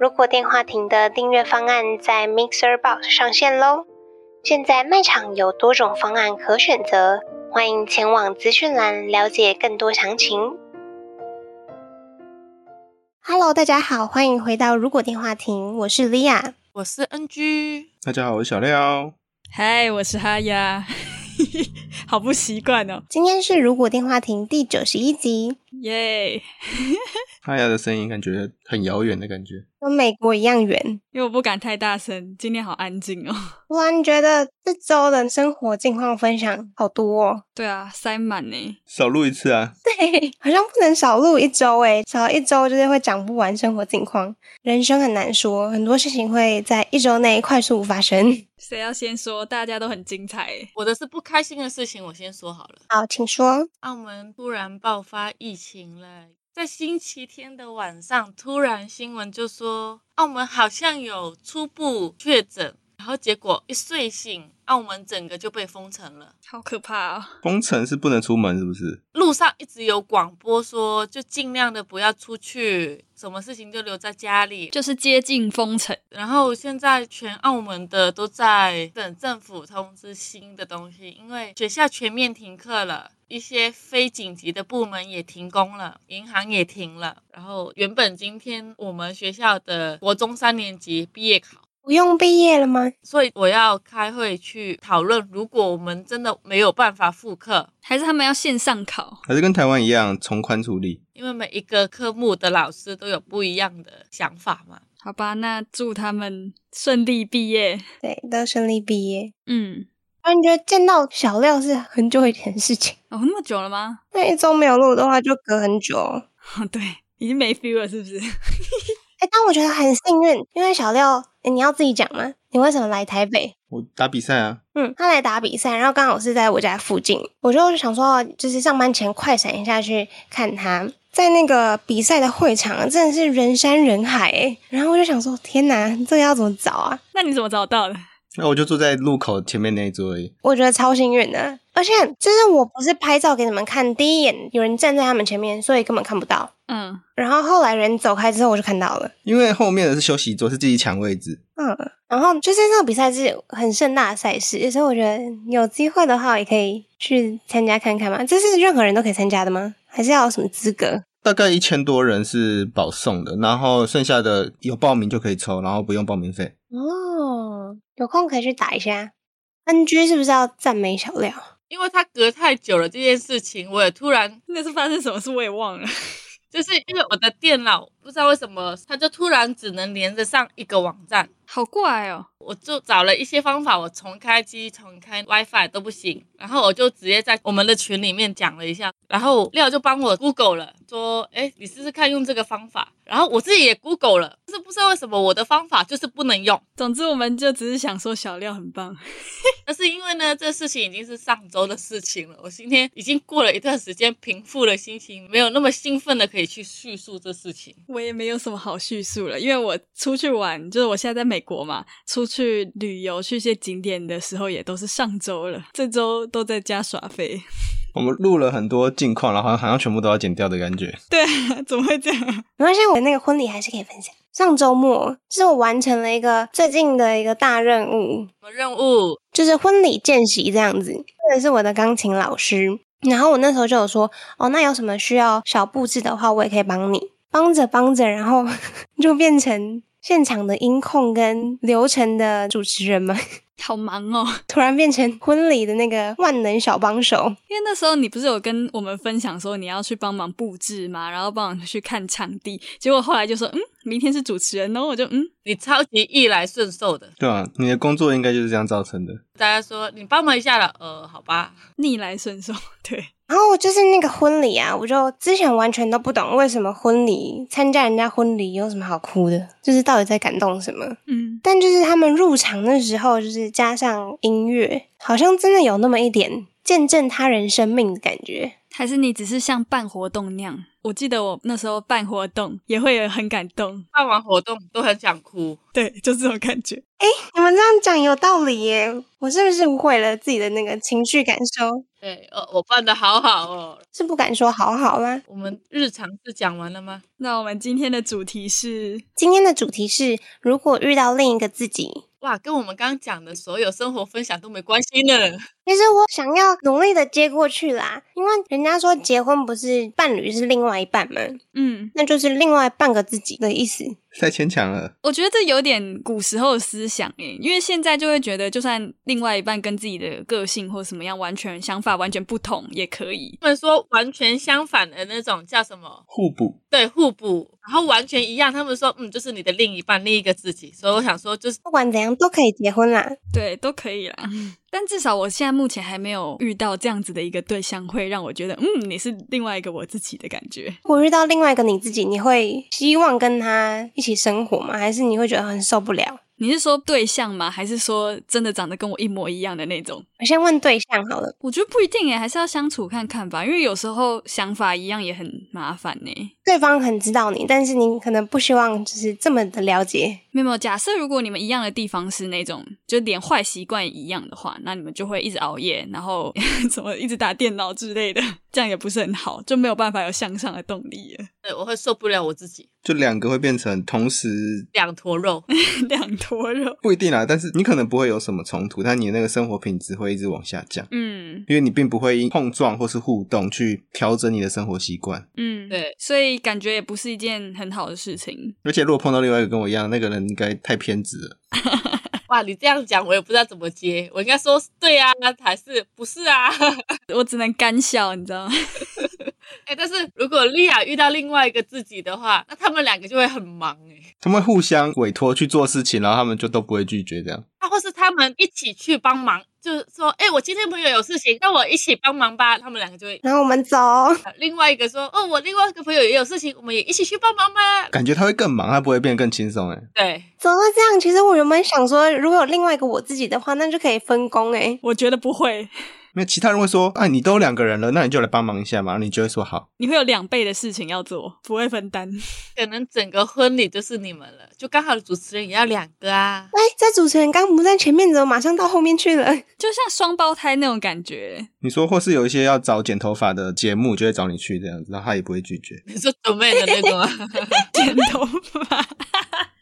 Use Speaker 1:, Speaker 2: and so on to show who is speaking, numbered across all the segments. Speaker 1: 如果电话亭的订阅方案在 Mixer Box 上线喽。现在卖场有多种方案可选择，欢迎前往资讯栏了解更多详情。Hello，大家好，欢迎回到如果电话亭，我是 Lia。
Speaker 2: 我是 NG，
Speaker 3: 大家好，我是小廖。
Speaker 4: 嗨，我是哈呀， 好不习惯哦，
Speaker 1: 今天是如果电话亭第九十一集，
Speaker 4: 耶、
Speaker 3: 哈雅的声音感觉很遥远的感觉，
Speaker 1: 跟美国一样远。
Speaker 4: 因为我不敢太大声，今天好安静哦。
Speaker 1: 突然觉得这周的生活近况分享好多、哦，
Speaker 4: 对啊，塞满呢，
Speaker 3: 少录一次啊！
Speaker 1: 对，好像不能少录一周诶，少一周就是会讲不完生活近况。人生很难说，很多事情会在一周内快速发生。
Speaker 4: 谁要先说？大家都很精彩耶。
Speaker 2: 我的是不开心的事情，我先说好了。
Speaker 1: 好，请说。
Speaker 2: 澳门突然爆发疫情了，在星期天的晚上，突然新闻就说澳门好像有初步确诊，然后结果一睡醒，澳门整个就被封城了。
Speaker 4: 好可怕哦！
Speaker 3: 封城是不能出门，是不是？
Speaker 2: 路上一直有广播说，就尽量的不要出去，什么事情就留在家里。
Speaker 4: 就是接近封城，
Speaker 2: 然后现在全澳门的都在等政府通知新的东西，因为学校全面停课了，一些非紧急的部门也停工了，银行也停了。然后原本今天我们学校的国中三年级毕业考，
Speaker 1: 不用毕业了吗？
Speaker 2: 所以我要开会去讨论，如果我们真的没有办法复课，
Speaker 4: 还是他们要线上考？
Speaker 3: 还是跟台湾一样从宽处理？
Speaker 2: 因为每一个科目的老师都有不一样的想法嘛。
Speaker 4: 好吧，那祝他们顺利毕业。
Speaker 1: 对，都顺利毕业。
Speaker 4: 嗯，
Speaker 1: 突然觉得见到小廖是很久以前的事情，
Speaker 4: 哦，那么久了吗？
Speaker 1: 那一周没有录的话就隔很久哦。
Speaker 4: 哦，对，已经没 feel 了，是不是？
Speaker 1: 哎，但我觉得很幸运，因为小廖，诶你要自己讲吗？你为什么来台北？
Speaker 3: 我打比赛啊，
Speaker 1: 嗯，他来打比赛，然后刚好是在我家附近，我就想说，就是上班前快闪一下去看他。在那个比赛的会场，真的是人山人海诶，然后我就想说，天哪，这个要怎么找啊？
Speaker 4: 那你怎么找到的？
Speaker 3: 那我就坐在路口前面那一桌而已。
Speaker 1: 我觉得超幸运的，而且就是我不是拍照给你们看，第一眼有人站在他们前面，所以根本看不到。
Speaker 4: 嗯，
Speaker 1: 然后后来人走开之后，我就看到了。
Speaker 3: 因为后面的是休息桌，是自己抢位置。
Speaker 1: 嗯，然后就是这个比赛是很盛大的赛事，所以我觉得有机会的话也可以去参加看看嘛。这是任何人都可以参加的吗？还是要有什么资格？
Speaker 3: 大概一千多人是保送的，然后剩下的有报名就可以抽，然后不用报名费。
Speaker 1: 哦，有空可以去打一下。NG 是不是要赞美小廖？
Speaker 2: 因为他隔太久了这件事情，我也突然
Speaker 4: 那是发生什么事我也忘了。
Speaker 2: 就是因为我的电脑不知道为什么，它就突然只能连着上一个网站，
Speaker 4: 好怪哦，
Speaker 2: 我就找了一些方法，我重开机、重开 WiFi 都不行，然后我就直接在我们的群里面讲了一下，然后廖就帮我 Google 了，说，哎，你试试看用这个方法，然后我自己也 Google 了，就是不知道为什么我的方法就是不能用，
Speaker 4: 总之我们就只是想说小廖很棒。
Speaker 2: 但是因为呢，这事情已经是上周的事情了，我今天已经过了一段时间平复了心情，没有那么兴奋的可以去叙述这事情。
Speaker 4: 我也没有什么好叙述了，因为我出去玩，就是我现在在美国嘛，出去旅游去一些景点的时候也都是上周了，这周都在家耍废。
Speaker 3: 我们录了很多近况，然后好像全部都要剪掉的感觉。
Speaker 4: 对啊，怎么会这样？
Speaker 1: 没关系，我那个婚礼还是可以分享。上周末是我完成了一个最近的一个大任务，
Speaker 2: 什么任务？
Speaker 1: 就是婚礼见习这样子，或者是我的钢琴老师。然后我那时候就有说，哦，那有什么需要小布置的话，我也可以帮你。帮着帮着，然后 就变成现场的音控跟流程的主持人们，
Speaker 4: 好忙哦，
Speaker 1: 突然变成婚礼的那个万能小帮手。
Speaker 4: 因为那时候你不是有跟我们分享说你要去帮忙布置嘛，然后帮忙去看场地，结果后来就说嗯，明天是主持人哦，然后我就嗯，
Speaker 2: 你超级逆来顺受的，
Speaker 3: 对啊，你的工作应该就是这样造成的。
Speaker 2: 大家说你帮忙一下了，呃，好吧，
Speaker 4: 逆来顺受，对，
Speaker 1: 然后就是那个婚礼啊，我就之前完全都不懂为什么婚礼参加人家婚礼有什么好哭的，就是到底在感动什么。
Speaker 4: 嗯，
Speaker 1: 但就是他们入场的时候，就是加上音乐，好像真的有那么一点见证他人生命的感觉。
Speaker 4: 还是你只是像办活动那样？我记得我那时候办活动也会有很感动，
Speaker 2: 办完活动都很想哭。
Speaker 4: 对，就这种感觉。
Speaker 1: 你们这样讲有道理耶，我是不是误会了自己的那个情绪感受？
Speaker 2: 对，哦，我办的好好哦。
Speaker 1: 是不敢说好好啦。
Speaker 2: 我们日常是讲完了吗？
Speaker 4: 那我们今天的主题是，
Speaker 1: 今天的主题是，如果遇到另一个自己，
Speaker 2: 哇，跟我们刚刚讲的所有生活分享都没关系呢。
Speaker 1: 其实我想要努力的接过去啦，因为人家说结婚不是伴侣是另外一半嘛，
Speaker 4: 嗯，
Speaker 1: 那就是另外半个自己的意思。
Speaker 3: 太牵强了。
Speaker 4: 我觉得这有点古时候的思想诶，因为现在就会觉得，就算另外一半跟自己的个性或什么样完全想法完全不同也可以。
Speaker 2: 他们说完全相反的那种叫什么？
Speaker 3: 互补，
Speaker 2: 对，互补，然后完全一样。他们说，嗯，就是你的另一半，另一个自己。所以我想说，就是
Speaker 1: 不管怎样都可以结婚啦。
Speaker 4: 对，都可以啦。但至少我现在目前还没有遇到这样子的一个对象，会让我觉得，嗯，你是另外一个我自己的感觉。
Speaker 1: 我遇到另外一个你自己，你会希望跟他一起生活吗？还是你会觉得很受不了？
Speaker 4: 你是说对象吗？还是说真的长得跟我一模一样的那种？
Speaker 1: 我先问对象好了，
Speaker 4: 我觉得不一定诶，欸还是要相处看看吧，因为有时候想法一样也很麻烦欸呢。
Speaker 1: 对方很知道你，但是你可能不希望就是这么的了解。
Speaker 4: 没有没有，假设如果你们一样的地方是那种，就连坏习惯也一样的话，那你们就会一直熬夜，然后 怎么一直打电脑之类的， 这样也不是很好，就没有办法有向上的动力了。
Speaker 2: 对我会受不了我自己
Speaker 3: 就两个会变成同时
Speaker 2: 两坨肉。
Speaker 4: 两坨肉，
Speaker 3: 不一定啦，但是你可能不会有什么冲突，但你的那个生活品质会一直往下降，
Speaker 4: 嗯
Speaker 3: 因为你并不会因碰撞或是互动去调整你的生活习惯。
Speaker 4: 嗯，
Speaker 2: 对，
Speaker 4: 所以感觉也不是一件很好的事情。
Speaker 3: 而且如果碰到另外一个跟我一样，那个人应该太偏执了。
Speaker 2: 哇，你这样讲我也不知道怎么接，我应该说对啊，还是不是啊？
Speaker 4: 我只能干笑，你知道吗？
Speaker 2: 哎、但是如果莉亚遇到另外一个自己的话，那他们两个就会很忙哎、
Speaker 3: 他们互相委托去做事情，然后他们就都不会拒绝这样。
Speaker 2: 啊，或是他们一起去帮忙，就是说，哎、我今天朋友有事情，那我一起帮忙吧。他们两个就会，
Speaker 1: 然后我们走，
Speaker 2: 呃另外一个说，哦，我另外一个朋友也有事情，我们也一起去帮忙吧。
Speaker 3: 感觉他会更忙，他不会变得更轻松哎。
Speaker 2: 对，
Speaker 1: 走到这样，其实我原本想说，如果有另外一个我自己的话，那就可以分工欸诶、
Speaker 4: 我觉得不会，
Speaker 3: 没有其他人会说，哎，你都两个人了，那你就来帮忙一下嘛，然后你就会说好。
Speaker 4: 你会有两倍的事情要做，不会分担。
Speaker 2: 可能整个婚礼就是你们了，就刚好主持人也要两个啊。
Speaker 1: 哎、这主持人刚不在前面，怎么马上到后面去了？
Speaker 4: 就像双胞胎那种感觉，
Speaker 3: 你说，或是有一些要找剪头发的节目，就会找你去这样子，然后他也不会拒绝。
Speaker 2: 你说准备的那个吗？
Speaker 4: 剪头发。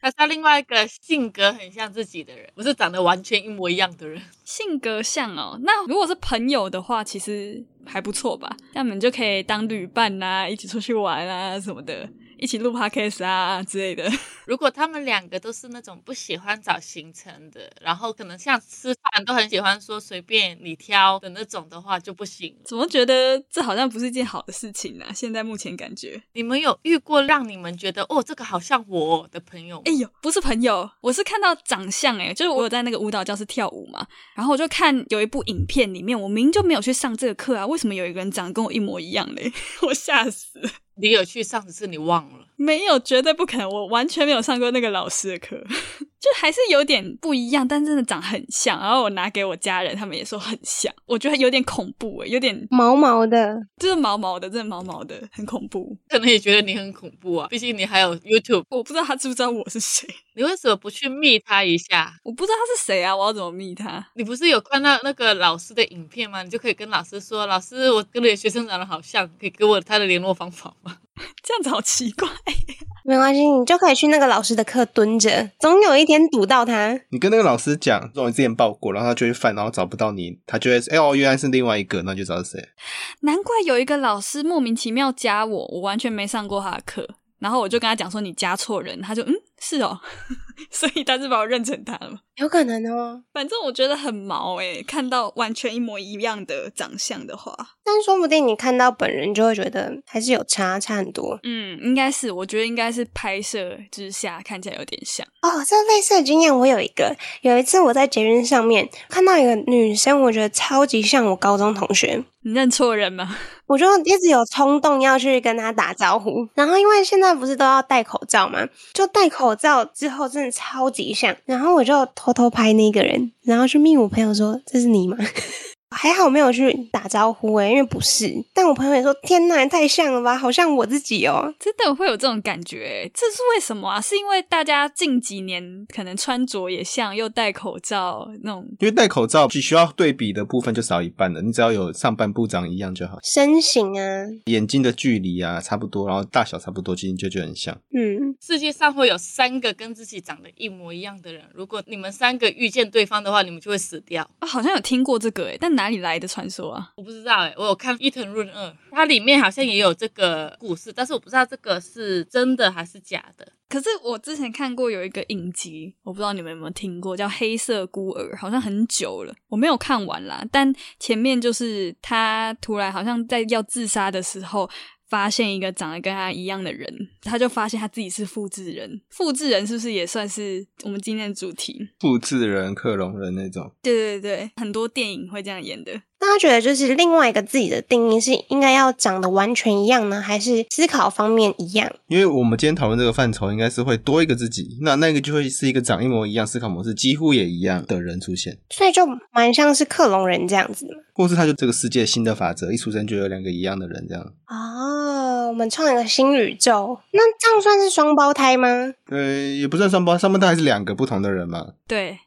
Speaker 2: 他是他另外一个性格很像自己的人，不是长得完全一模一样的人。
Speaker 4: 性格像哦，那如果是朋友的话，其实还不错吧？那你们就可以当旅伴啊，一起出去玩啊什么的，一起录 podcast 啊之类的。
Speaker 2: 如果他们两个都是那种不喜欢找行程的，然后可能像吃饭都很喜欢说随便你挑的那种的话就不行。
Speaker 4: 怎么觉得这好像不是一件好的事情啊？现在目前感觉，
Speaker 2: 你们有遇过让你们觉得哦这个好像我的朋友吗
Speaker 4: 哎？呦，不是朋友，我是看到长相哎、就是我有在那个舞蹈教室跳舞嘛，然后我就看有一部影片里面，我明明就没有去上这个课啊，为什么有一个人长得跟我一模一样嘞？ 我吓死了！
Speaker 2: 你有去上，只是你忘了。
Speaker 4: 没有，绝对不可能！我完全没有上过那个老师的课， 就还是有点不一样，但真的长很像。然后我拿给我家人，他们也说很像，我觉得有点恐怖欸诶、有 点
Speaker 1: 毛毛的，
Speaker 4: 就是毛毛的，真的毛毛的，很恐怖。
Speaker 2: 可能也觉得你很恐怖啊，毕竟你还有 YouTube，
Speaker 4: 我不知道他知不知道我是谁，
Speaker 2: 你为什么不去密他一下？
Speaker 4: 我不知道他是谁啊，我要怎么密他？
Speaker 2: 你不是有看到那个老师的影片吗？你就可以跟老师说，老师，我跟你的学生长得好像，可以给我他的联络方法吗？
Speaker 4: 这样子好奇怪。
Speaker 1: 没关系，你就可以去那个老师的课蹲着，总有一天堵到他。
Speaker 3: 你跟那个老师讲，说你之前报过，然后他就会犯，然后找不到你，他就会说，哎、哦，原来是另外一个，那你就知道是谁。
Speaker 4: 难怪有一个老师莫名其妙加我，我完全没上过他的课。然后我就跟他讲说你加错人，他就嗯，是哦， 所以他是把我认成他了吗？
Speaker 1: 有可能哦。
Speaker 4: 反正我觉得很毛诶、看到完全一模一样的长相的话，
Speaker 1: 但说不定你看到本人就会觉得还是有差，差很多
Speaker 4: 嗯，应该是，我觉得应该是拍摄之下看起来有点像，
Speaker 1: 哦。这类似的经验我有一个，有一次我在捷运上面看到一个女生，我觉得超级像我高中同学，
Speaker 4: 你认错人吗？
Speaker 1: 我就一直有冲动要去跟她打招呼。然后因为现在不是都要戴口罩嘛，就戴口罩之后真的超级像。然后我就偷偷拍那个人，然后去密我朋友说：“这是你吗？” 还好没有去打招呼诶、因为不是。但我朋友也说：“天呐，也太像了吧，好像我自己哦。
Speaker 4: 真的会有这种感觉欸，这是为什么啊？是因为大家近几年可能穿着也像，又戴口罩那种，
Speaker 3: 因为戴口罩只需要对比的部分就少一半了，你只要有上半部长一样就好”，
Speaker 1: 身形啊，
Speaker 3: 眼睛的距离啊差不多，然后大小差不多，其实就觉得很像。
Speaker 1: 嗯，
Speaker 2: 世界上会有三个跟自己长得一模一样的人，如果你们三个遇见对方的话，你们就会死掉。
Speaker 4: 啊，好像有听过这个欸诶，但哪里来的传说啊？
Speaker 2: 我不知道哎、我有看《伊藤润二》，它里面好像也有这个故事，但是我不知道这个是真的还是假的。
Speaker 4: 可是我之前看过有一个影集，我不知道你们有没有听过，叫《黑色孤儿》，好像很久了，我没有看完啦。但前面就是他突然好像在要自杀的时候，发现一个长得跟他一样的人，他就发现他自己是复制人。复制人是不是也算是我们今天的主题？
Speaker 3: 复制人、克隆人那种，
Speaker 4: 对对对，很多电影会这样演的。
Speaker 1: 大家觉得就是另外一个自己的定义是应该要长得完全一样呢，还是思考方面一样？
Speaker 3: 因为我们今天讨论这个范畴，应该是会多一个自己，那那个就会是一个长一模一样、思考模式几乎也一样的人出现，
Speaker 1: 所以就蛮像是克隆人这样子嘛。
Speaker 3: 或是他就这个世界新的法则，一出生就有两个一样的人这样。
Speaker 1: 哦，我们创一个新宇宙，那这样算是双胞胎吗？
Speaker 3: 呃，也不算双胞，双胞胎还是两个不同的人嘛。
Speaker 4: 对，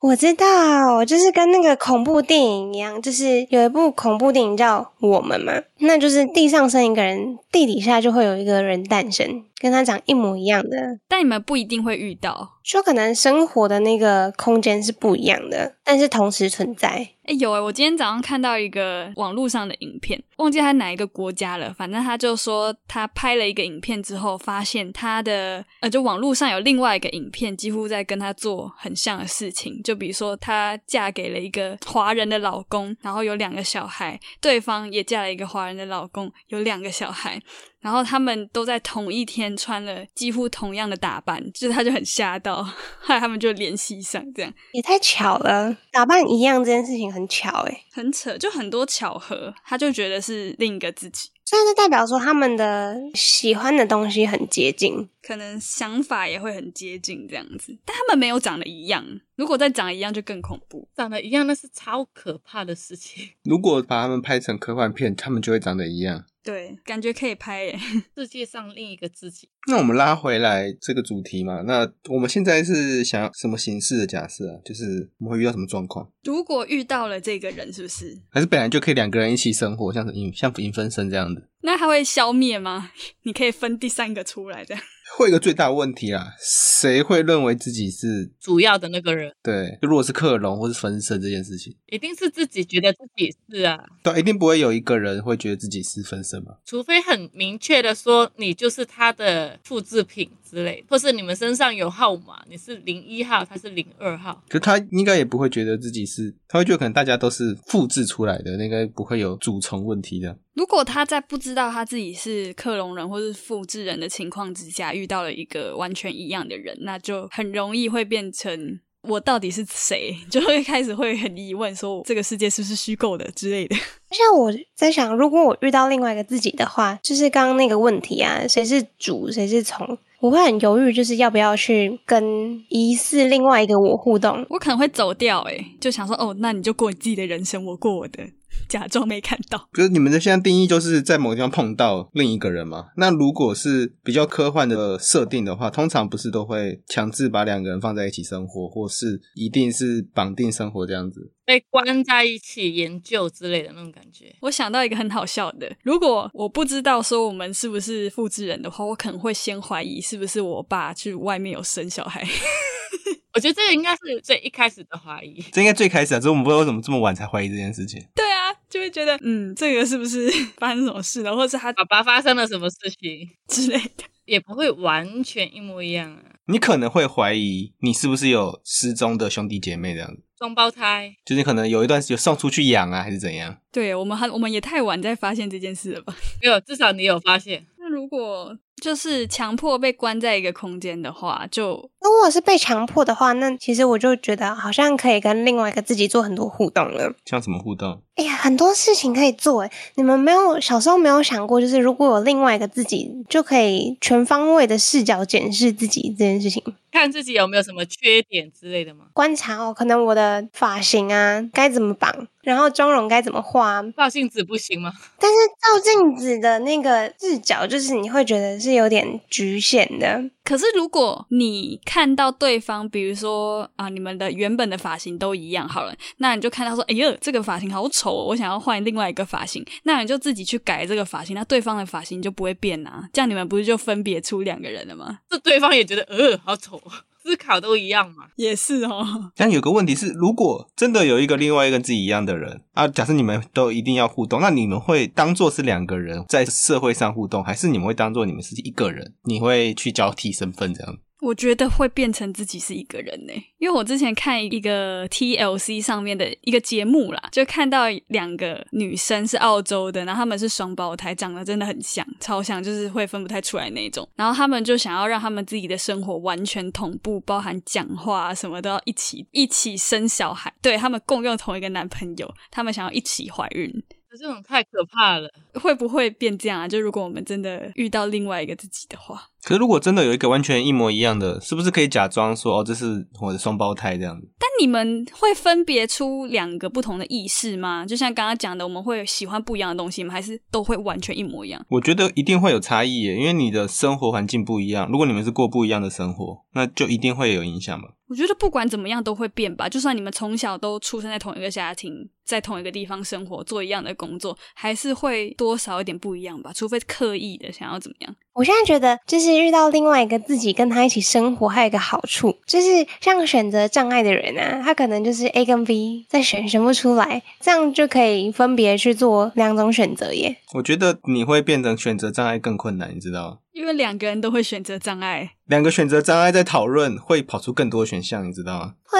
Speaker 1: 我知道，就是跟那个恐怖电影一样，就是有一部恐怖电影叫《我们》嘛，那就是地上生一个人，地底下就会有一个人诞生，跟他长一模一样的。
Speaker 4: 但你们不一定会遇到。
Speaker 1: 就可能生活的那个空间是不一样的，但是同时存在。
Speaker 4: 哎，有哎，我今天早上看到一个网络上的影片，忘记他哪一个国家了，反正他就说他拍了一个影片之后，发现他的呃，就网络上有另外一个影片，几乎在跟他做很像的事情，就比如说她嫁给了一个华人的老公，然后有两个小孩，对方也嫁了一个华人的老公，有两个小孩，然后他们都在同一天穿了几乎同样的打扮，就是他就很吓到， 后来他们就联系上这样。
Speaker 1: 也太巧了，打扮一样这件事情很巧欸诶、
Speaker 4: 很扯，就很多巧合，他就觉得是另一个自己，
Speaker 1: 所以这代表说他们的喜欢的东西很接近。
Speaker 4: 可能想法也会很接近这样子，但他们没有长得一样，如果再长得一样就更恐怖。
Speaker 2: 长得一样那是超可怕的事情。
Speaker 3: 如果把他们拍成科幻片，他们就会长得一样。
Speaker 4: 对，感觉可以拍耶。
Speaker 2: 世界上另一个自己，
Speaker 3: 那我们拉回来这个主题嘛，那我们现在是想要什么形式的假设啊？就是我们会遇到什么状况，
Speaker 4: 如果遇到了这个人，是不是？
Speaker 3: 还是本来就可以两个人一起生活，像是影像影分身这样的？
Speaker 4: 那他会消灭吗？ 你可以分第三个出来，这样
Speaker 3: 会有一个最大的问题啦，谁会认为自己是
Speaker 2: 主要的那个人
Speaker 3: 对？就如果是克隆或是分身这件事情，
Speaker 2: 一定是自己觉得自己是啊，
Speaker 3: 对，一定不会有一个人会觉得自己是分身嘛？
Speaker 2: 除非很明确的说你就是他的复制品之类，或是你们身上有号码，你是零一号，他是零二号。
Speaker 3: 可是他应该也不会觉得自己是，他会觉得可能大家都是复制出来的，应该不会有主从问题的。
Speaker 4: 如果他在不知道他自己是克隆人或是复制人的情况之下，遇到了一个完全一样的人，那就很容易会变成我到底是谁， 就会开始会很疑问，说这个世界是不是虚构的之类的。
Speaker 1: 而且我在想，如果我遇到另外一个自己的话，就是刚刚那个问题啊，谁是主，谁是从，我会很犹豫，就是要不要去跟疑似另外一个我互动。
Speaker 4: 我可能会走掉、欸，诶，就想说，哦，那你就过你自己的人生，我过我的，假装没看到。
Speaker 3: 就是你们的现在定义就是在某个地方碰到另一个人嘛？那如果是比较科幻的设定的话，通常不是都会强制把两个人放在一起生活，或是一定是绑定生活这样子？
Speaker 2: 被关在一起研究之类的那种感觉，
Speaker 4: 我想到一个很好笑的，如果我不知道说我们是不是复制人的话，我可能会先怀疑是不是我爸去外面有生小孩。
Speaker 2: 我觉得这个应该是最一开始的怀疑。
Speaker 3: 这应该最开始啊，只是我们不知道为什么这么晚才怀疑这件事情。
Speaker 4: 对啊，就会觉得，嗯，这个是不是发生什么事了， 或者是他
Speaker 2: 爸爸发生了什么事情，
Speaker 4: 之类的。
Speaker 2: 也不会完全一模一样啊。
Speaker 3: 你可能会怀疑你是不是有失踪的兄弟姐妹这样子，
Speaker 2: 双胞胎，
Speaker 3: 就是你可能有一段时间送出去养啊，还是怎样？
Speaker 4: 对我们还我们也太晚再发现这件事了吧？
Speaker 2: 没有，至少你有发现。
Speaker 4: 那如果就是强迫被关在一个空间的话，就
Speaker 1: 如果是被强迫的话，那其实我就觉得好像可以跟另外一个自己做很多互动了。
Speaker 3: 像什么互动？
Speaker 1: 哎呀，很多事情可以做哎！你们没有小时候没有想过，就是如果有另外一个自己，就可以全方位的视角检视自己这件事情。
Speaker 2: 看自己有没有什么缺点之类的吗？
Speaker 1: 观察哦，可能我的发型啊该怎么绑，然后妆容该怎么画，啊
Speaker 2: 照镜子不行吗？
Speaker 1: 但是照镜子的那个视角，就是你会觉得是有点局限的。
Speaker 4: 可是如果你看到对方，比如说啊，你们的原本的发型都一样好了，那你就看到说，哎呀，这个发型好丑、哦，我想要换另外一个发型，那你就自己去改这个发型，那对方的发型就不会变啊，这样你们不是就分别出两个人了吗？
Speaker 2: 这对方也觉得，呃，好丑，思考都一样嘛。
Speaker 4: 也是哦，
Speaker 3: 但有个问题是，如果真的有一个另外一个自己一样的人啊，假设你们都一定要互动，那你们会当做是两个人在社会上互动，还是你们会当做你们是一个人？你会去交替身份这样？
Speaker 4: 我觉得会变成自己是一个人呢、因为我之前看一个 TLC 上面的一个节目啦，就看到两个女生是澳洲的，然后她们是双胞胎，长得真的很像，超像，就是会分不太出来那种。然后她们就想要让她们自己的生活完全同步，包含讲话、啊、什么都要一起，一起生小孩，对她们共用同一个男朋友，她们想要一起怀孕。
Speaker 2: 可这种太可怕了，
Speaker 4: 会不会变这样啊？就如果我们真的遇到另外一个自己的话，
Speaker 3: 可是如果真的有一个完全一模一样的，是不是可以假装说哦，这是我的双胞胎这样子？
Speaker 4: 但你们会分别出两个不同的意识吗？就像刚刚讲的，我们会喜欢不一样的东西吗？还是都会完全一模一样？
Speaker 3: 我觉得一定会有差异耶，因为你的生活环境不一样。如果你们是过不一样的生活，那就一定会有影响嘛。
Speaker 4: 我觉得不管怎么样都会变吧。就算你们从小都出生在同一个家庭，在同一个地方生活，做一样的工作，还是会多少有点不一样吧。除非刻意的想要怎么样。
Speaker 1: 我现在觉得，就是遇到另外一个自己跟他一起生活，还有一个好处，就是像选择障碍的人啊，他可能就是 A 跟 B 再选选不出来，这样就可以分别去做两种选择耶。
Speaker 3: 我觉得你会变成选择障碍更困难，你知道吗？
Speaker 4: 因为两个人都会选择障碍，
Speaker 3: 两个选择障碍在讨论，会跑出更多选项，你知道吗？
Speaker 1: 会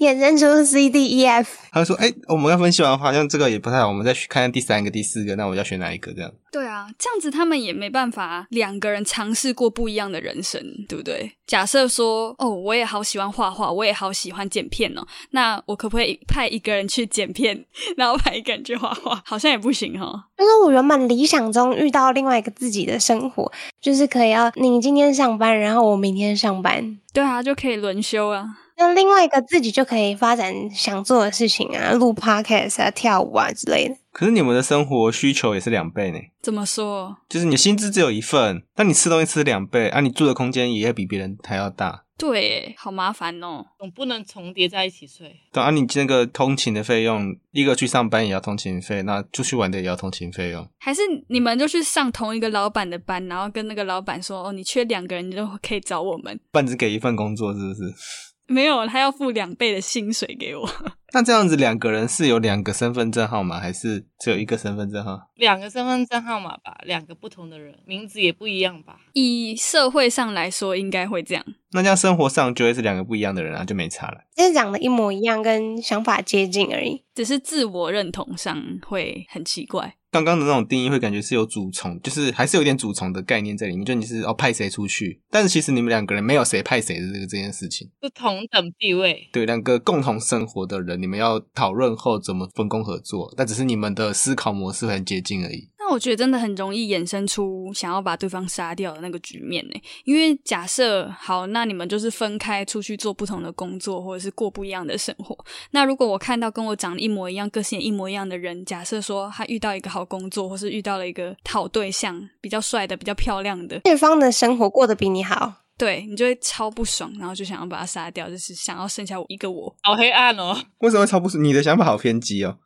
Speaker 1: 衍生出 C D E F。
Speaker 3: 他会说：“哎、我们要分析完，好像这个也不太好，我们再去看看第三个、第四个，那我要选哪一个？”这样
Speaker 4: 对啊，这样子他们也没办法两个人尝试过不一样的人生，对不对？假设说，哦，我也好喜欢画画，我也好喜欢剪片哦，那我可不可以派一个人去剪片，然后派一个人去画画？好像也不行哦。
Speaker 1: 就是我原本理想中遇到另外一个自己的生活，就是可以要你今天上班，然后我明天上班，
Speaker 4: 对啊，就可以轮休啊。
Speaker 1: 那另外一个自己就可以发展想做的事情啊，录 podcast 啊、跳舞啊之类的。
Speaker 3: 可是你们的生活需求也是两倍呢，
Speaker 4: 怎么说？
Speaker 3: 就是你的薪资只有一份，那你吃东西吃两倍，啊，你住的空间也要比别人还要大，
Speaker 4: 对耶，好麻烦哦。
Speaker 2: 总不能重叠在一起睡。
Speaker 3: 对啊，你那个通勤的费用，一个去上班也要通勤费，那出去玩的也要通勤费用。
Speaker 4: 还是你们就去上同一个老板的班，然后跟那个老板说：“哦，你缺两个人，你就可以找我们。
Speaker 3: 半只给一份工作是不是？”
Speaker 4: 没有，他要付两倍的薪水给我。
Speaker 3: 那这样子两个人是有两个身份证号吗？还是只有一个身份证号？
Speaker 2: 两个身份证号码吧，两个不同的人，名字也不一样吧。
Speaker 4: 以社会上来说，应该会这样。
Speaker 3: 那这样生活上就会是两个不一样的人啊，就没差了。
Speaker 1: 其实长得一模一样，跟想法接近而已。
Speaker 4: 只是自我认同上会很奇怪。
Speaker 3: 刚刚的那种定义会感觉是有主从，就是还是有点主从的概念在里面，就你是哦派谁出去，但是其实你们两个人没有谁派谁的这个这件事情。
Speaker 2: 是同等地位，
Speaker 3: 对，两个共同生活的人，你们要讨论后怎么分工合作，但只是你们的思考模式很接近而已。
Speaker 4: 那我觉得真的很容易衍生出想要把对方杀掉的那个局面呢。因为假设好，那你们就是分开出去做不同的工作，或者是过不一样的生活。那如果我看到跟我长得一模一样、个性也一模一样的人，假设说他遇到一个好工作，或是遇到了一个好对象，比较帅的、比较漂亮的，
Speaker 1: 对方的生活过得比你好，
Speaker 4: 对你就会超不爽，然后就想要把他杀掉，就是想要剩下我一个我，
Speaker 2: 好黑暗哦。
Speaker 3: 为什么会超不是？你的想法好偏激哦。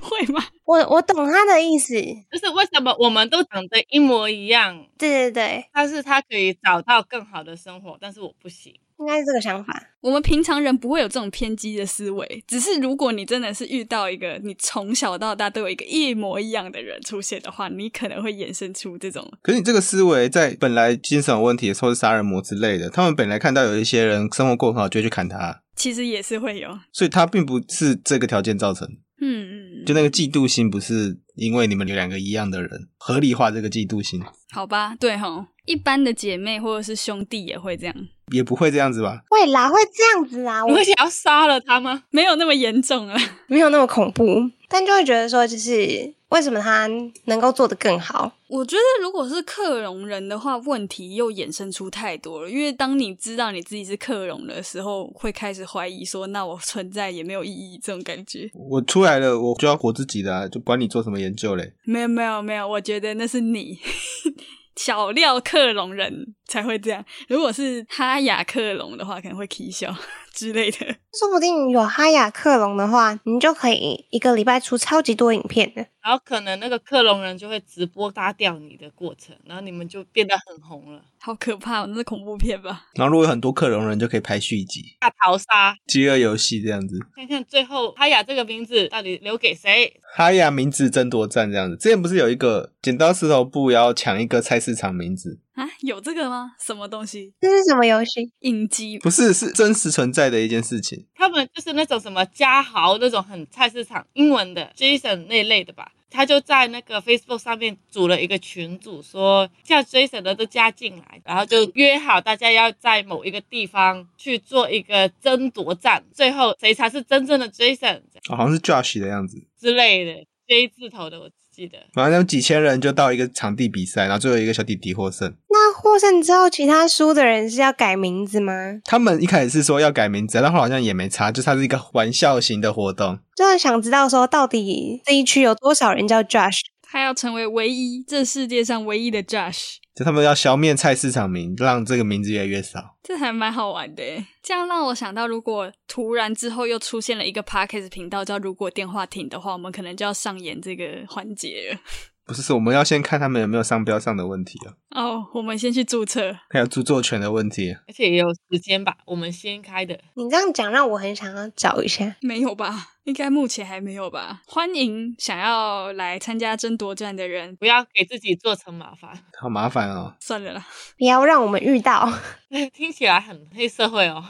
Speaker 4: 会吗？
Speaker 1: 我我懂他的意思。
Speaker 2: 就是为什么我们都长得一模一样，
Speaker 1: 对对对，
Speaker 2: 但是他可以找到更好的生活，但是我不行。
Speaker 1: 应该是这个想法。
Speaker 4: 我们平常人不会有这种偏激的思维，只是如果你真的是遇到一个你从小到大都有一个一模一样的人出现的话，你可能会衍生出这种
Speaker 3: 可是你这个思维在本来精神有问题，或是杀人魔之类的，他们本来看到有一些人生活过得很好，就会去砍他，
Speaker 4: 其实也是会有。
Speaker 3: 所以他并不是这个条件造成的，
Speaker 4: 嗯，
Speaker 3: 就那个嫉妒心不是因为你们两个一样的人合理化这个嫉妒心，
Speaker 4: 好吧，对吼，一般的姐妹或者是兄弟也会这样，
Speaker 3: 也不会这样子吧？
Speaker 1: 会啦，会这样子啊，
Speaker 2: 你
Speaker 1: 我
Speaker 2: 会想要杀了他吗？
Speaker 4: 没有那么严重了。
Speaker 1: 没有那么恐怖，但就会觉得说，就是为什么他能够做得更好？
Speaker 4: 我觉得如果是克隆人的话，问题又衍生出太多了。因为当你知道你自己是克隆的时候，会开始怀疑说，那我存在也没有意义，这种感觉。
Speaker 3: 我出来了，我就要活自己的、啊，就管你做什么研究嘞。
Speaker 4: 没有没有没有，我觉得那是你 小料克隆人才会这样。如果是哈雅克隆的话，可能会起笑 之类的。
Speaker 1: 说不定有哈雅克隆的话，你就可以一个礼拜出超级多影片的。
Speaker 2: 然后可能那个克隆人就会直播杀掉你的过程，然后你们就变得很红了，
Speaker 4: 好可怕、哦，那是恐怖片吧？
Speaker 3: 然后如果有很多克隆人，就可以拍续集，
Speaker 2: 大逃杀。
Speaker 3: 饥饿游戏这样子。
Speaker 2: 看看最后哈雅这个名字到底留给谁？
Speaker 3: 哈雅名字争夺战这样子，之前不是有一个剪刀石头布要抢一个菜市场名字？
Speaker 4: 啊，有这个吗？什么东西？
Speaker 1: 这是什么游戏？
Speaker 4: 影集？
Speaker 3: 不是，是真实存在的一件事情。
Speaker 2: 他们就是那种什么嘉豪那种很菜市场英文的 Jason 那类的吧。他就在那个 Facebook 上面组了一个群组，说叫 Jason 的都加进来，然后就约好大家要在某一个地方去做一个争夺战，最后谁才是真正的 Jason
Speaker 3: 哦好像是 Josh 的样子。
Speaker 2: 之类的 J 字头的，我记得。
Speaker 3: 然后他们几千人就到一个场地比赛，然后最后一个小弟弟获胜。
Speaker 1: 那获胜之后，其他输的人是要改名字吗？
Speaker 3: 他们一开始是说要改名字，啊但后来好像也没差，就是它是一个玩笑型的活动。
Speaker 1: 就是想知道说，到底这一区有多少人叫 Josh？
Speaker 4: 他要成为唯一，这世界上唯一的 Josh，
Speaker 3: 就他们要消灭菜市场名，让这个名字越来越少。
Speaker 4: 这还蛮好玩的耶。这样让我想到，如果突然之后又出现了一个 podcast 频道叫“如果电话亭”的话，我们可能就要上演这个环节了。
Speaker 3: 不是，是我们要先看他们有没有商标上的问题啊，
Speaker 4: 哦，我们先去注册。
Speaker 3: 还有著作权的问题。
Speaker 2: 而且也有时间吧，我们先开的。
Speaker 1: 你这样讲让我很想要找一下。
Speaker 4: 没有吧？应该目前还没有吧。欢迎想要来参加争夺战的人，
Speaker 2: 不要给自己做成麻烦，
Speaker 3: 好麻烦哦。
Speaker 4: 算了啦。
Speaker 1: 不要让我们遇到。
Speaker 2: 听起来很黑社会哦。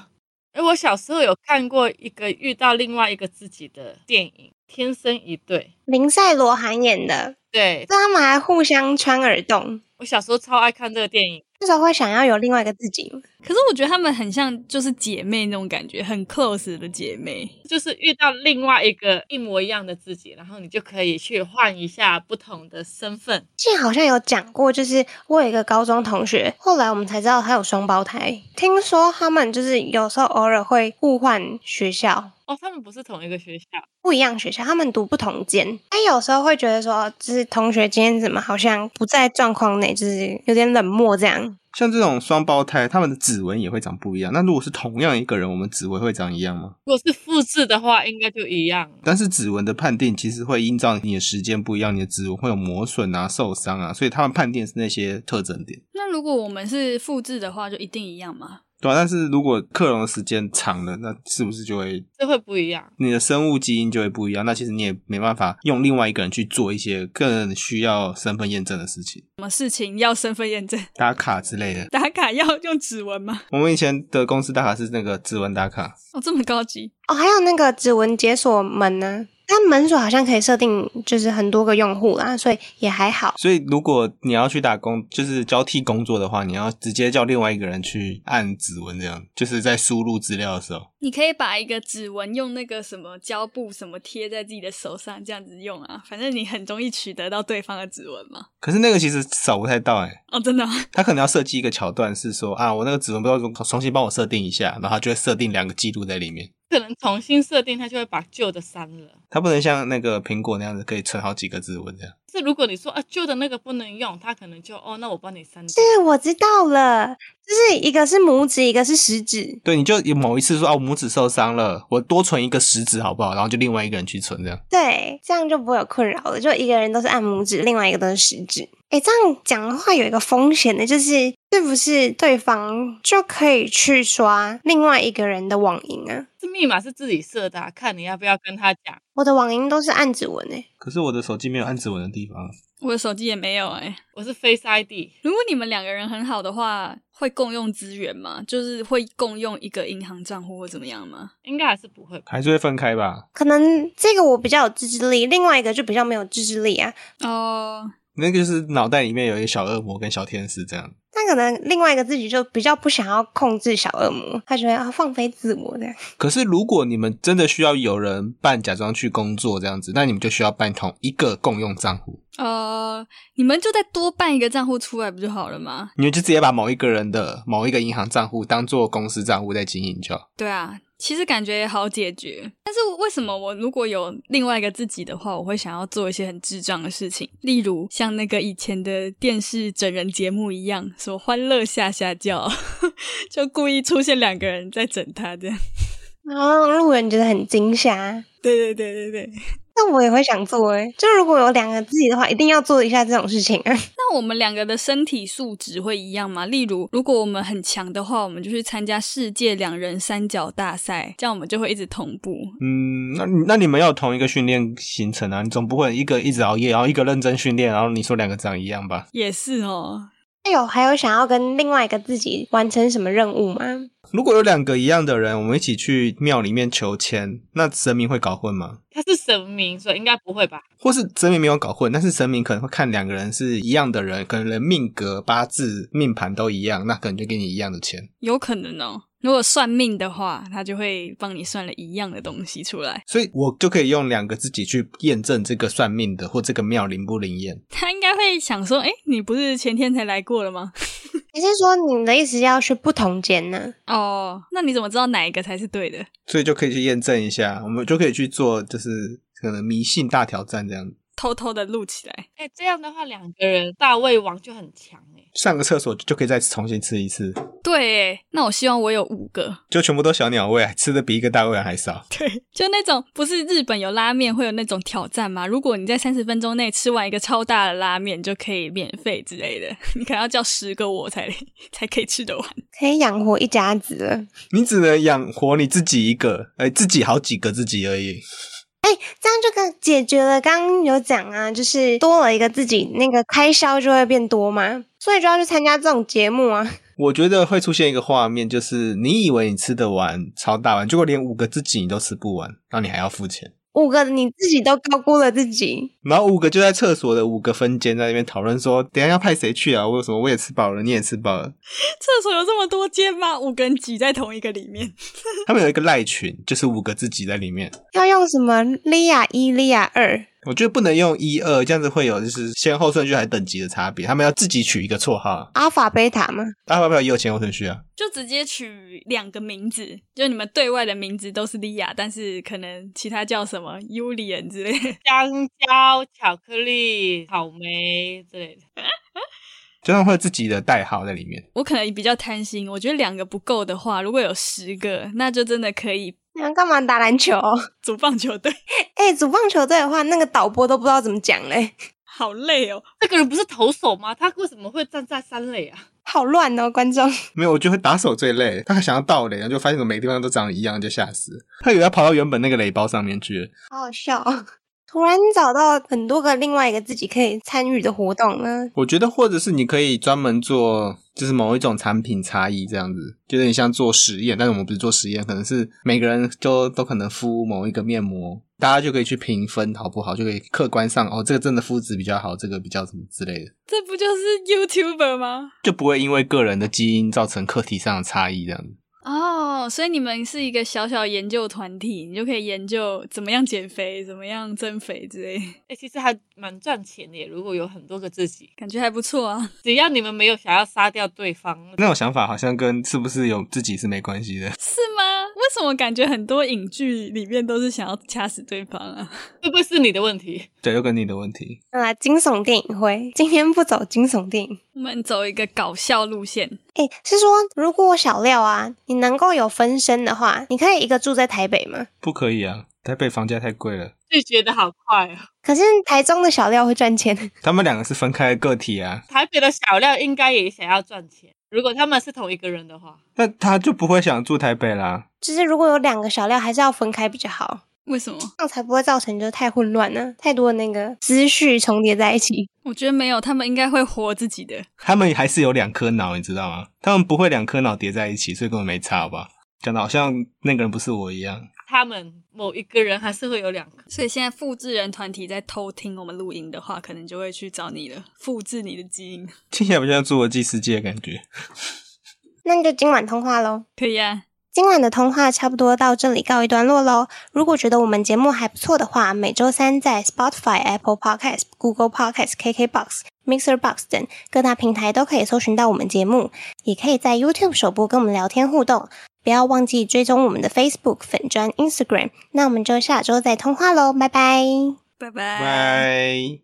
Speaker 2: 哎，我小时候有看过一个遇到另外一个自己的电影《天生一对》，
Speaker 1: 林赛罗韩演的，
Speaker 2: 对
Speaker 1: 他们还互相穿耳洞，
Speaker 2: 我小时候超爱看这个电影，
Speaker 1: 那时候会想要有另外一个自己吗。
Speaker 4: 可是我觉得她们很像就是姐妹那种感觉，很 close 的姐妹。
Speaker 2: 就是遇到另外一个一模一样的自己，然后你就可以去换一下不同的身份。
Speaker 1: 之前好像有讲过，就是我有一个高中同学，后来我们才知道他有双胞胎。听说他们就是有时候偶尔会互换学校，
Speaker 2: 哦，他们不是同一个学校，
Speaker 1: 不一样学校，他们读不同间。他有时候会觉得说，哦就是同学今天怎么好像不在状况内，就是有点冷漠这样。
Speaker 3: 像这种双胞胎，他们的指纹也会长不一样。那如果是同样一个人，我们指纹会长一样吗？
Speaker 2: 如果是复制的话，应该就一样了。
Speaker 3: 但是指纹的判定其实会依照你的时间不一样，你的指纹会有磨损啊、受伤啊，所以他们判定是那些特征点。
Speaker 4: 那如果我们是复制的话，就一定一样吗？
Speaker 3: 对啊，但是如果克隆的时间长了，那是不是就会
Speaker 2: 这会不一样。
Speaker 3: 你的生物基因就会不一样？那其实你也没办法用另外一个人去做一些更需要身份验证的事情，
Speaker 4: 什么事情要身份验证？
Speaker 3: 打卡之类的。
Speaker 4: 打卡要用指纹吗？
Speaker 3: 我们以前的公司打卡是那个指纹打卡，
Speaker 4: 哦，这么高级。
Speaker 1: 哦，还有那个指纹解锁门呢、但门锁好像可以设定就是很多个用户啦，所以也还好。
Speaker 3: 所以如果你要去打工，就是交替工作的话，你要直接叫另外一个人去按指纹，这样就是在输入资料的时候。
Speaker 4: 你可以把一个指纹用那个什么胶布什么贴在自己的手上，这样子用啊，反正你很容易取得到对方的指纹嘛。
Speaker 3: 可是那个其实扫不太到哎、欸
Speaker 4: 哦，真的吗？
Speaker 3: 他可能要设计一个桥段，是说啊，我那个指纹不知道重重新帮我设定一下，然后他就会设定两个记录在里面。
Speaker 2: 可能重新设定，它就会把旧的删了。
Speaker 3: 他不能像那个苹果那样子可以存好几个指纹这样。
Speaker 2: 是如果你说啊旧的那个不能用，它可能就哦那我帮你删掉。
Speaker 1: 是我知道了，就是一个是拇指，一个是食指。
Speaker 3: 对，你就有某一次说啊，我拇指受伤了，我多存一个食指好不好？然后就另外一个人去存这样。
Speaker 1: 对，这样就不会有困扰了。就一个人都是按拇指，另外一个都是食指。哎，这样讲的话有一个风险呢，就是是不是对方就可以去刷另外一个人的网银啊？
Speaker 2: 这密码是自己设的、啊，看你要不要跟他讲。
Speaker 1: 我的网银都是暗指纹诶，
Speaker 3: 可是我的手机没有按指纹的地方，
Speaker 4: 我的手机也没有哎、
Speaker 2: 我是 Face ID，
Speaker 4: 如果你们两个人很好的话，会共用资源吗？就是会共用一个银行账户或怎么样吗？
Speaker 2: 应该还是不会吧。
Speaker 3: 还是会分开吧？
Speaker 1: 可能这个我比较有自制力，另外一个就比较没有自制力啊。
Speaker 4: 哦、
Speaker 3: 那个就是脑袋里面有一个小恶魔跟小天使这样。
Speaker 1: 但可能另外一个自己就比较不想要控制小恶魔，他觉得啊放飞自我这样。
Speaker 3: 可是如果你们真的需要有人办假装去工作这样子，那你们就需要办同一个共用账户，
Speaker 4: 呃，你们就再多办一个账户出来不就好了吗？
Speaker 3: 你们就直接把某一个人的某一个银行账户当做公司账户在经营就好。
Speaker 4: 对啊，其实感觉也好解决。但是为什么我如果有另外一个自己的话，我会想要做一些很智障的事情，例如像那个以前的电视整人节目一样，说欢乐下下叫， 就故意出现两个人在整他这样。
Speaker 1: 然后让路人觉得很惊吓。啊
Speaker 4: 对对对对对。
Speaker 1: 那我也会想做诶、就如果有两个自己的话，一定要做一下这种事情啊。
Speaker 4: 那我们两个的身体素质会一样吗？例如，如果我们很强的话，我们就去参加世界两人三角大赛，这样我们就会一直同步。
Speaker 3: 嗯，那那你们要有同一个训练行程啊，你总不会一个一直熬夜，然后一个认真训练，然后你说两个长一样吧？
Speaker 4: 也是哦，
Speaker 1: 哎呦，还有想要跟另外一个自己完成什么任务吗？
Speaker 3: 如果有两个一样的人，我们一起去庙里面求签，那神明会搞混吗？
Speaker 2: 他是神明，所以应该不会吧？
Speaker 3: 或是神明没有搞混，但是神明可能会看两个人是一样的人，可能人命格、八字、命盘都一样，那可能就给你一样的钱。
Speaker 4: 有可能哦。如果算命的话，他就会帮你算了一样的东西出来。
Speaker 3: 所以我就可以用两个自己去验证这个算命的或这个庙灵不灵验。
Speaker 4: 他应该会想说：“哎，你不是前天才来过了吗
Speaker 1: 还是说你的意思要去不同间呢、？”
Speaker 4: 哦， 那你怎么知道哪一个才是对的？
Speaker 3: 所以就可以去验证一下，我们就可以去做，就是可能迷信大挑战这样。
Speaker 4: 偷偷的录起来。
Speaker 2: 哎，这样的话，两个人大胃王就很强哎、
Speaker 3: 上个厕所就可以再重新吃一次，
Speaker 4: 对耶，那我希望我有五个。
Speaker 3: 就全部都小鸟胃，吃的比一个大胃王还少。
Speaker 4: 对，就那种不是日本有拉面会有那种挑战吗？如果你在三十分钟内吃完一个超大的拉面，就可以免费之类的。 你可能要叫十个我才 才可以吃得完。
Speaker 1: 可以养活一家子了。
Speaker 3: 你只能养活你自己一个，哎、自己好几个自己而已。
Speaker 1: 这样就跟解决了。刚刚有讲啊，就是多了一个自己，那个开销就会变多嘛，所以就要去参加这种节目啊。
Speaker 3: 我觉得会出现一个画面，就是你以为你吃得完超大碗，结果连五个自己你都吃不完，然后你还要付钱。
Speaker 1: 五个你自己都高估了自己，
Speaker 3: 然后五个就在厕所的五个分间在那边讨论说，等一下要派谁去啊？我有什么我也吃饱了，你也吃饱了。
Speaker 4: 厕所有这么多间吗？五个人挤在同一个里面，
Speaker 3: 他们有一个赖群，就是五个自己在里面。
Speaker 1: 要用什么利亚一、利亚二，
Speaker 3: 我觉得不能用一二，这样子会有就是先后顺序还等级的差别。他们要自己取一个绰号啊，
Speaker 1: 阿法、贝塔吗？
Speaker 3: 阿发表也有先后顺序啊。
Speaker 4: 就直接取两个名字，就你们对外的名字都是莉亚，但是可能其他叫什么 Julian 之类的。
Speaker 2: 香蕉、巧克力、草莓之类的。
Speaker 3: 就他们会有自己的代号在里面，
Speaker 4: 我可能比较贪心，我觉得两个不够的话，如果有十个，那就真的可以
Speaker 1: 你要干嘛打篮球？
Speaker 4: 组棒球队。
Speaker 1: 哎、主棒球队的话，那个导播都不知道怎么讲嘞，
Speaker 4: 好累哦，
Speaker 2: 这个人不是投手吗？他为什么会站在三垒啊？
Speaker 1: 好乱哦，观众。
Speaker 3: 没有，我觉得打手最累。他想要盗垒，然后就发现每个地方都长得一样，就吓死了。他以为他跑到原本那个垒包上面去了，
Speaker 1: 好好笑、哦！ 突然找到很多个另外一个自己可以参与的活动呢，
Speaker 3: 我觉得，或者是你可以专门做，就是某一种产品差异这样子，就有点像做实验。但是我们不是做实验，可能是每个人就都可能敷某一个面膜，大家就可以去评分好不好，就可以客观上哦，这个真的肤质比较好，这个比较什么之类的，
Speaker 4: 这不就是 YouTuber 吗？
Speaker 3: 就不会因为个人的基因造成课题上的差异这样子。
Speaker 4: 哦、所以你们是一个小小研究团体，你就可以研究怎么样减肥、怎么样增肥之类，
Speaker 2: 哎、其实还蛮赚钱的耶，如果有很多个自己，
Speaker 4: 感觉还不错啊。
Speaker 2: 只要你们没有想要杀掉对方，
Speaker 3: 那种想法好像跟是不是有自己是没关系的。
Speaker 4: 是吗？为什么感觉很多影剧里面都是想要掐死对方啊？
Speaker 2: 会不会是你的问题？
Speaker 3: 对，就跟你的问题。
Speaker 1: 啊，惊悚电影会今天不走惊悚电影，
Speaker 4: 我们走一个搞笑路线，
Speaker 1: 哎、是说如果小廖啊，你能够有分身的话，你可以一个住在台北吗？
Speaker 3: 不可以啊，台北房价太贵了。
Speaker 2: 就觉得好快哦。
Speaker 1: 可是台中的小廖会赚钱，
Speaker 3: 他们两个是分开的个体啊，
Speaker 2: 台北的小廖应该也想要赚钱，如果他们是同一个人的话，
Speaker 3: 那他就不会想住台北啦。
Speaker 1: 就是如果有两个小廖，还是要分开比较好，
Speaker 4: 为什么？
Speaker 1: 这样才不会造成就太混乱呢、太多的那个思绪重叠在一起。
Speaker 4: 我觉得没有，他们应该会活自己的。
Speaker 3: 他们还是有两颗脑，你知道吗？他们不会两颗脑叠在一起，所以根本没差，好吧？讲的好像那个人不是我一样。
Speaker 2: 他们某一个人还是会有两个。
Speaker 4: 所以现在复制人团体在偷听我们录音的话，可能就会去找你了，复制你的基因。
Speaker 3: 听起来比较像侏罗纪世界的感觉。
Speaker 1: 那就今晚通话喽。
Speaker 4: 可以啊，
Speaker 1: 今晚的通话差不多到这里告一段落喽。如果觉得我们节目还不错的话，每周三在 Spotify、Apple Podcast、Google Podcast、KKBox、Mixer Box 等各大平台都可以搜寻到我们节目，也可以在 YouTube 首播跟我们聊天互动。不要忘记追踪我们的 Facebook 粉砖、Instagram。那我们就下周再通话喽，拜拜。
Speaker 4: 拜拜。
Speaker 3: 拜。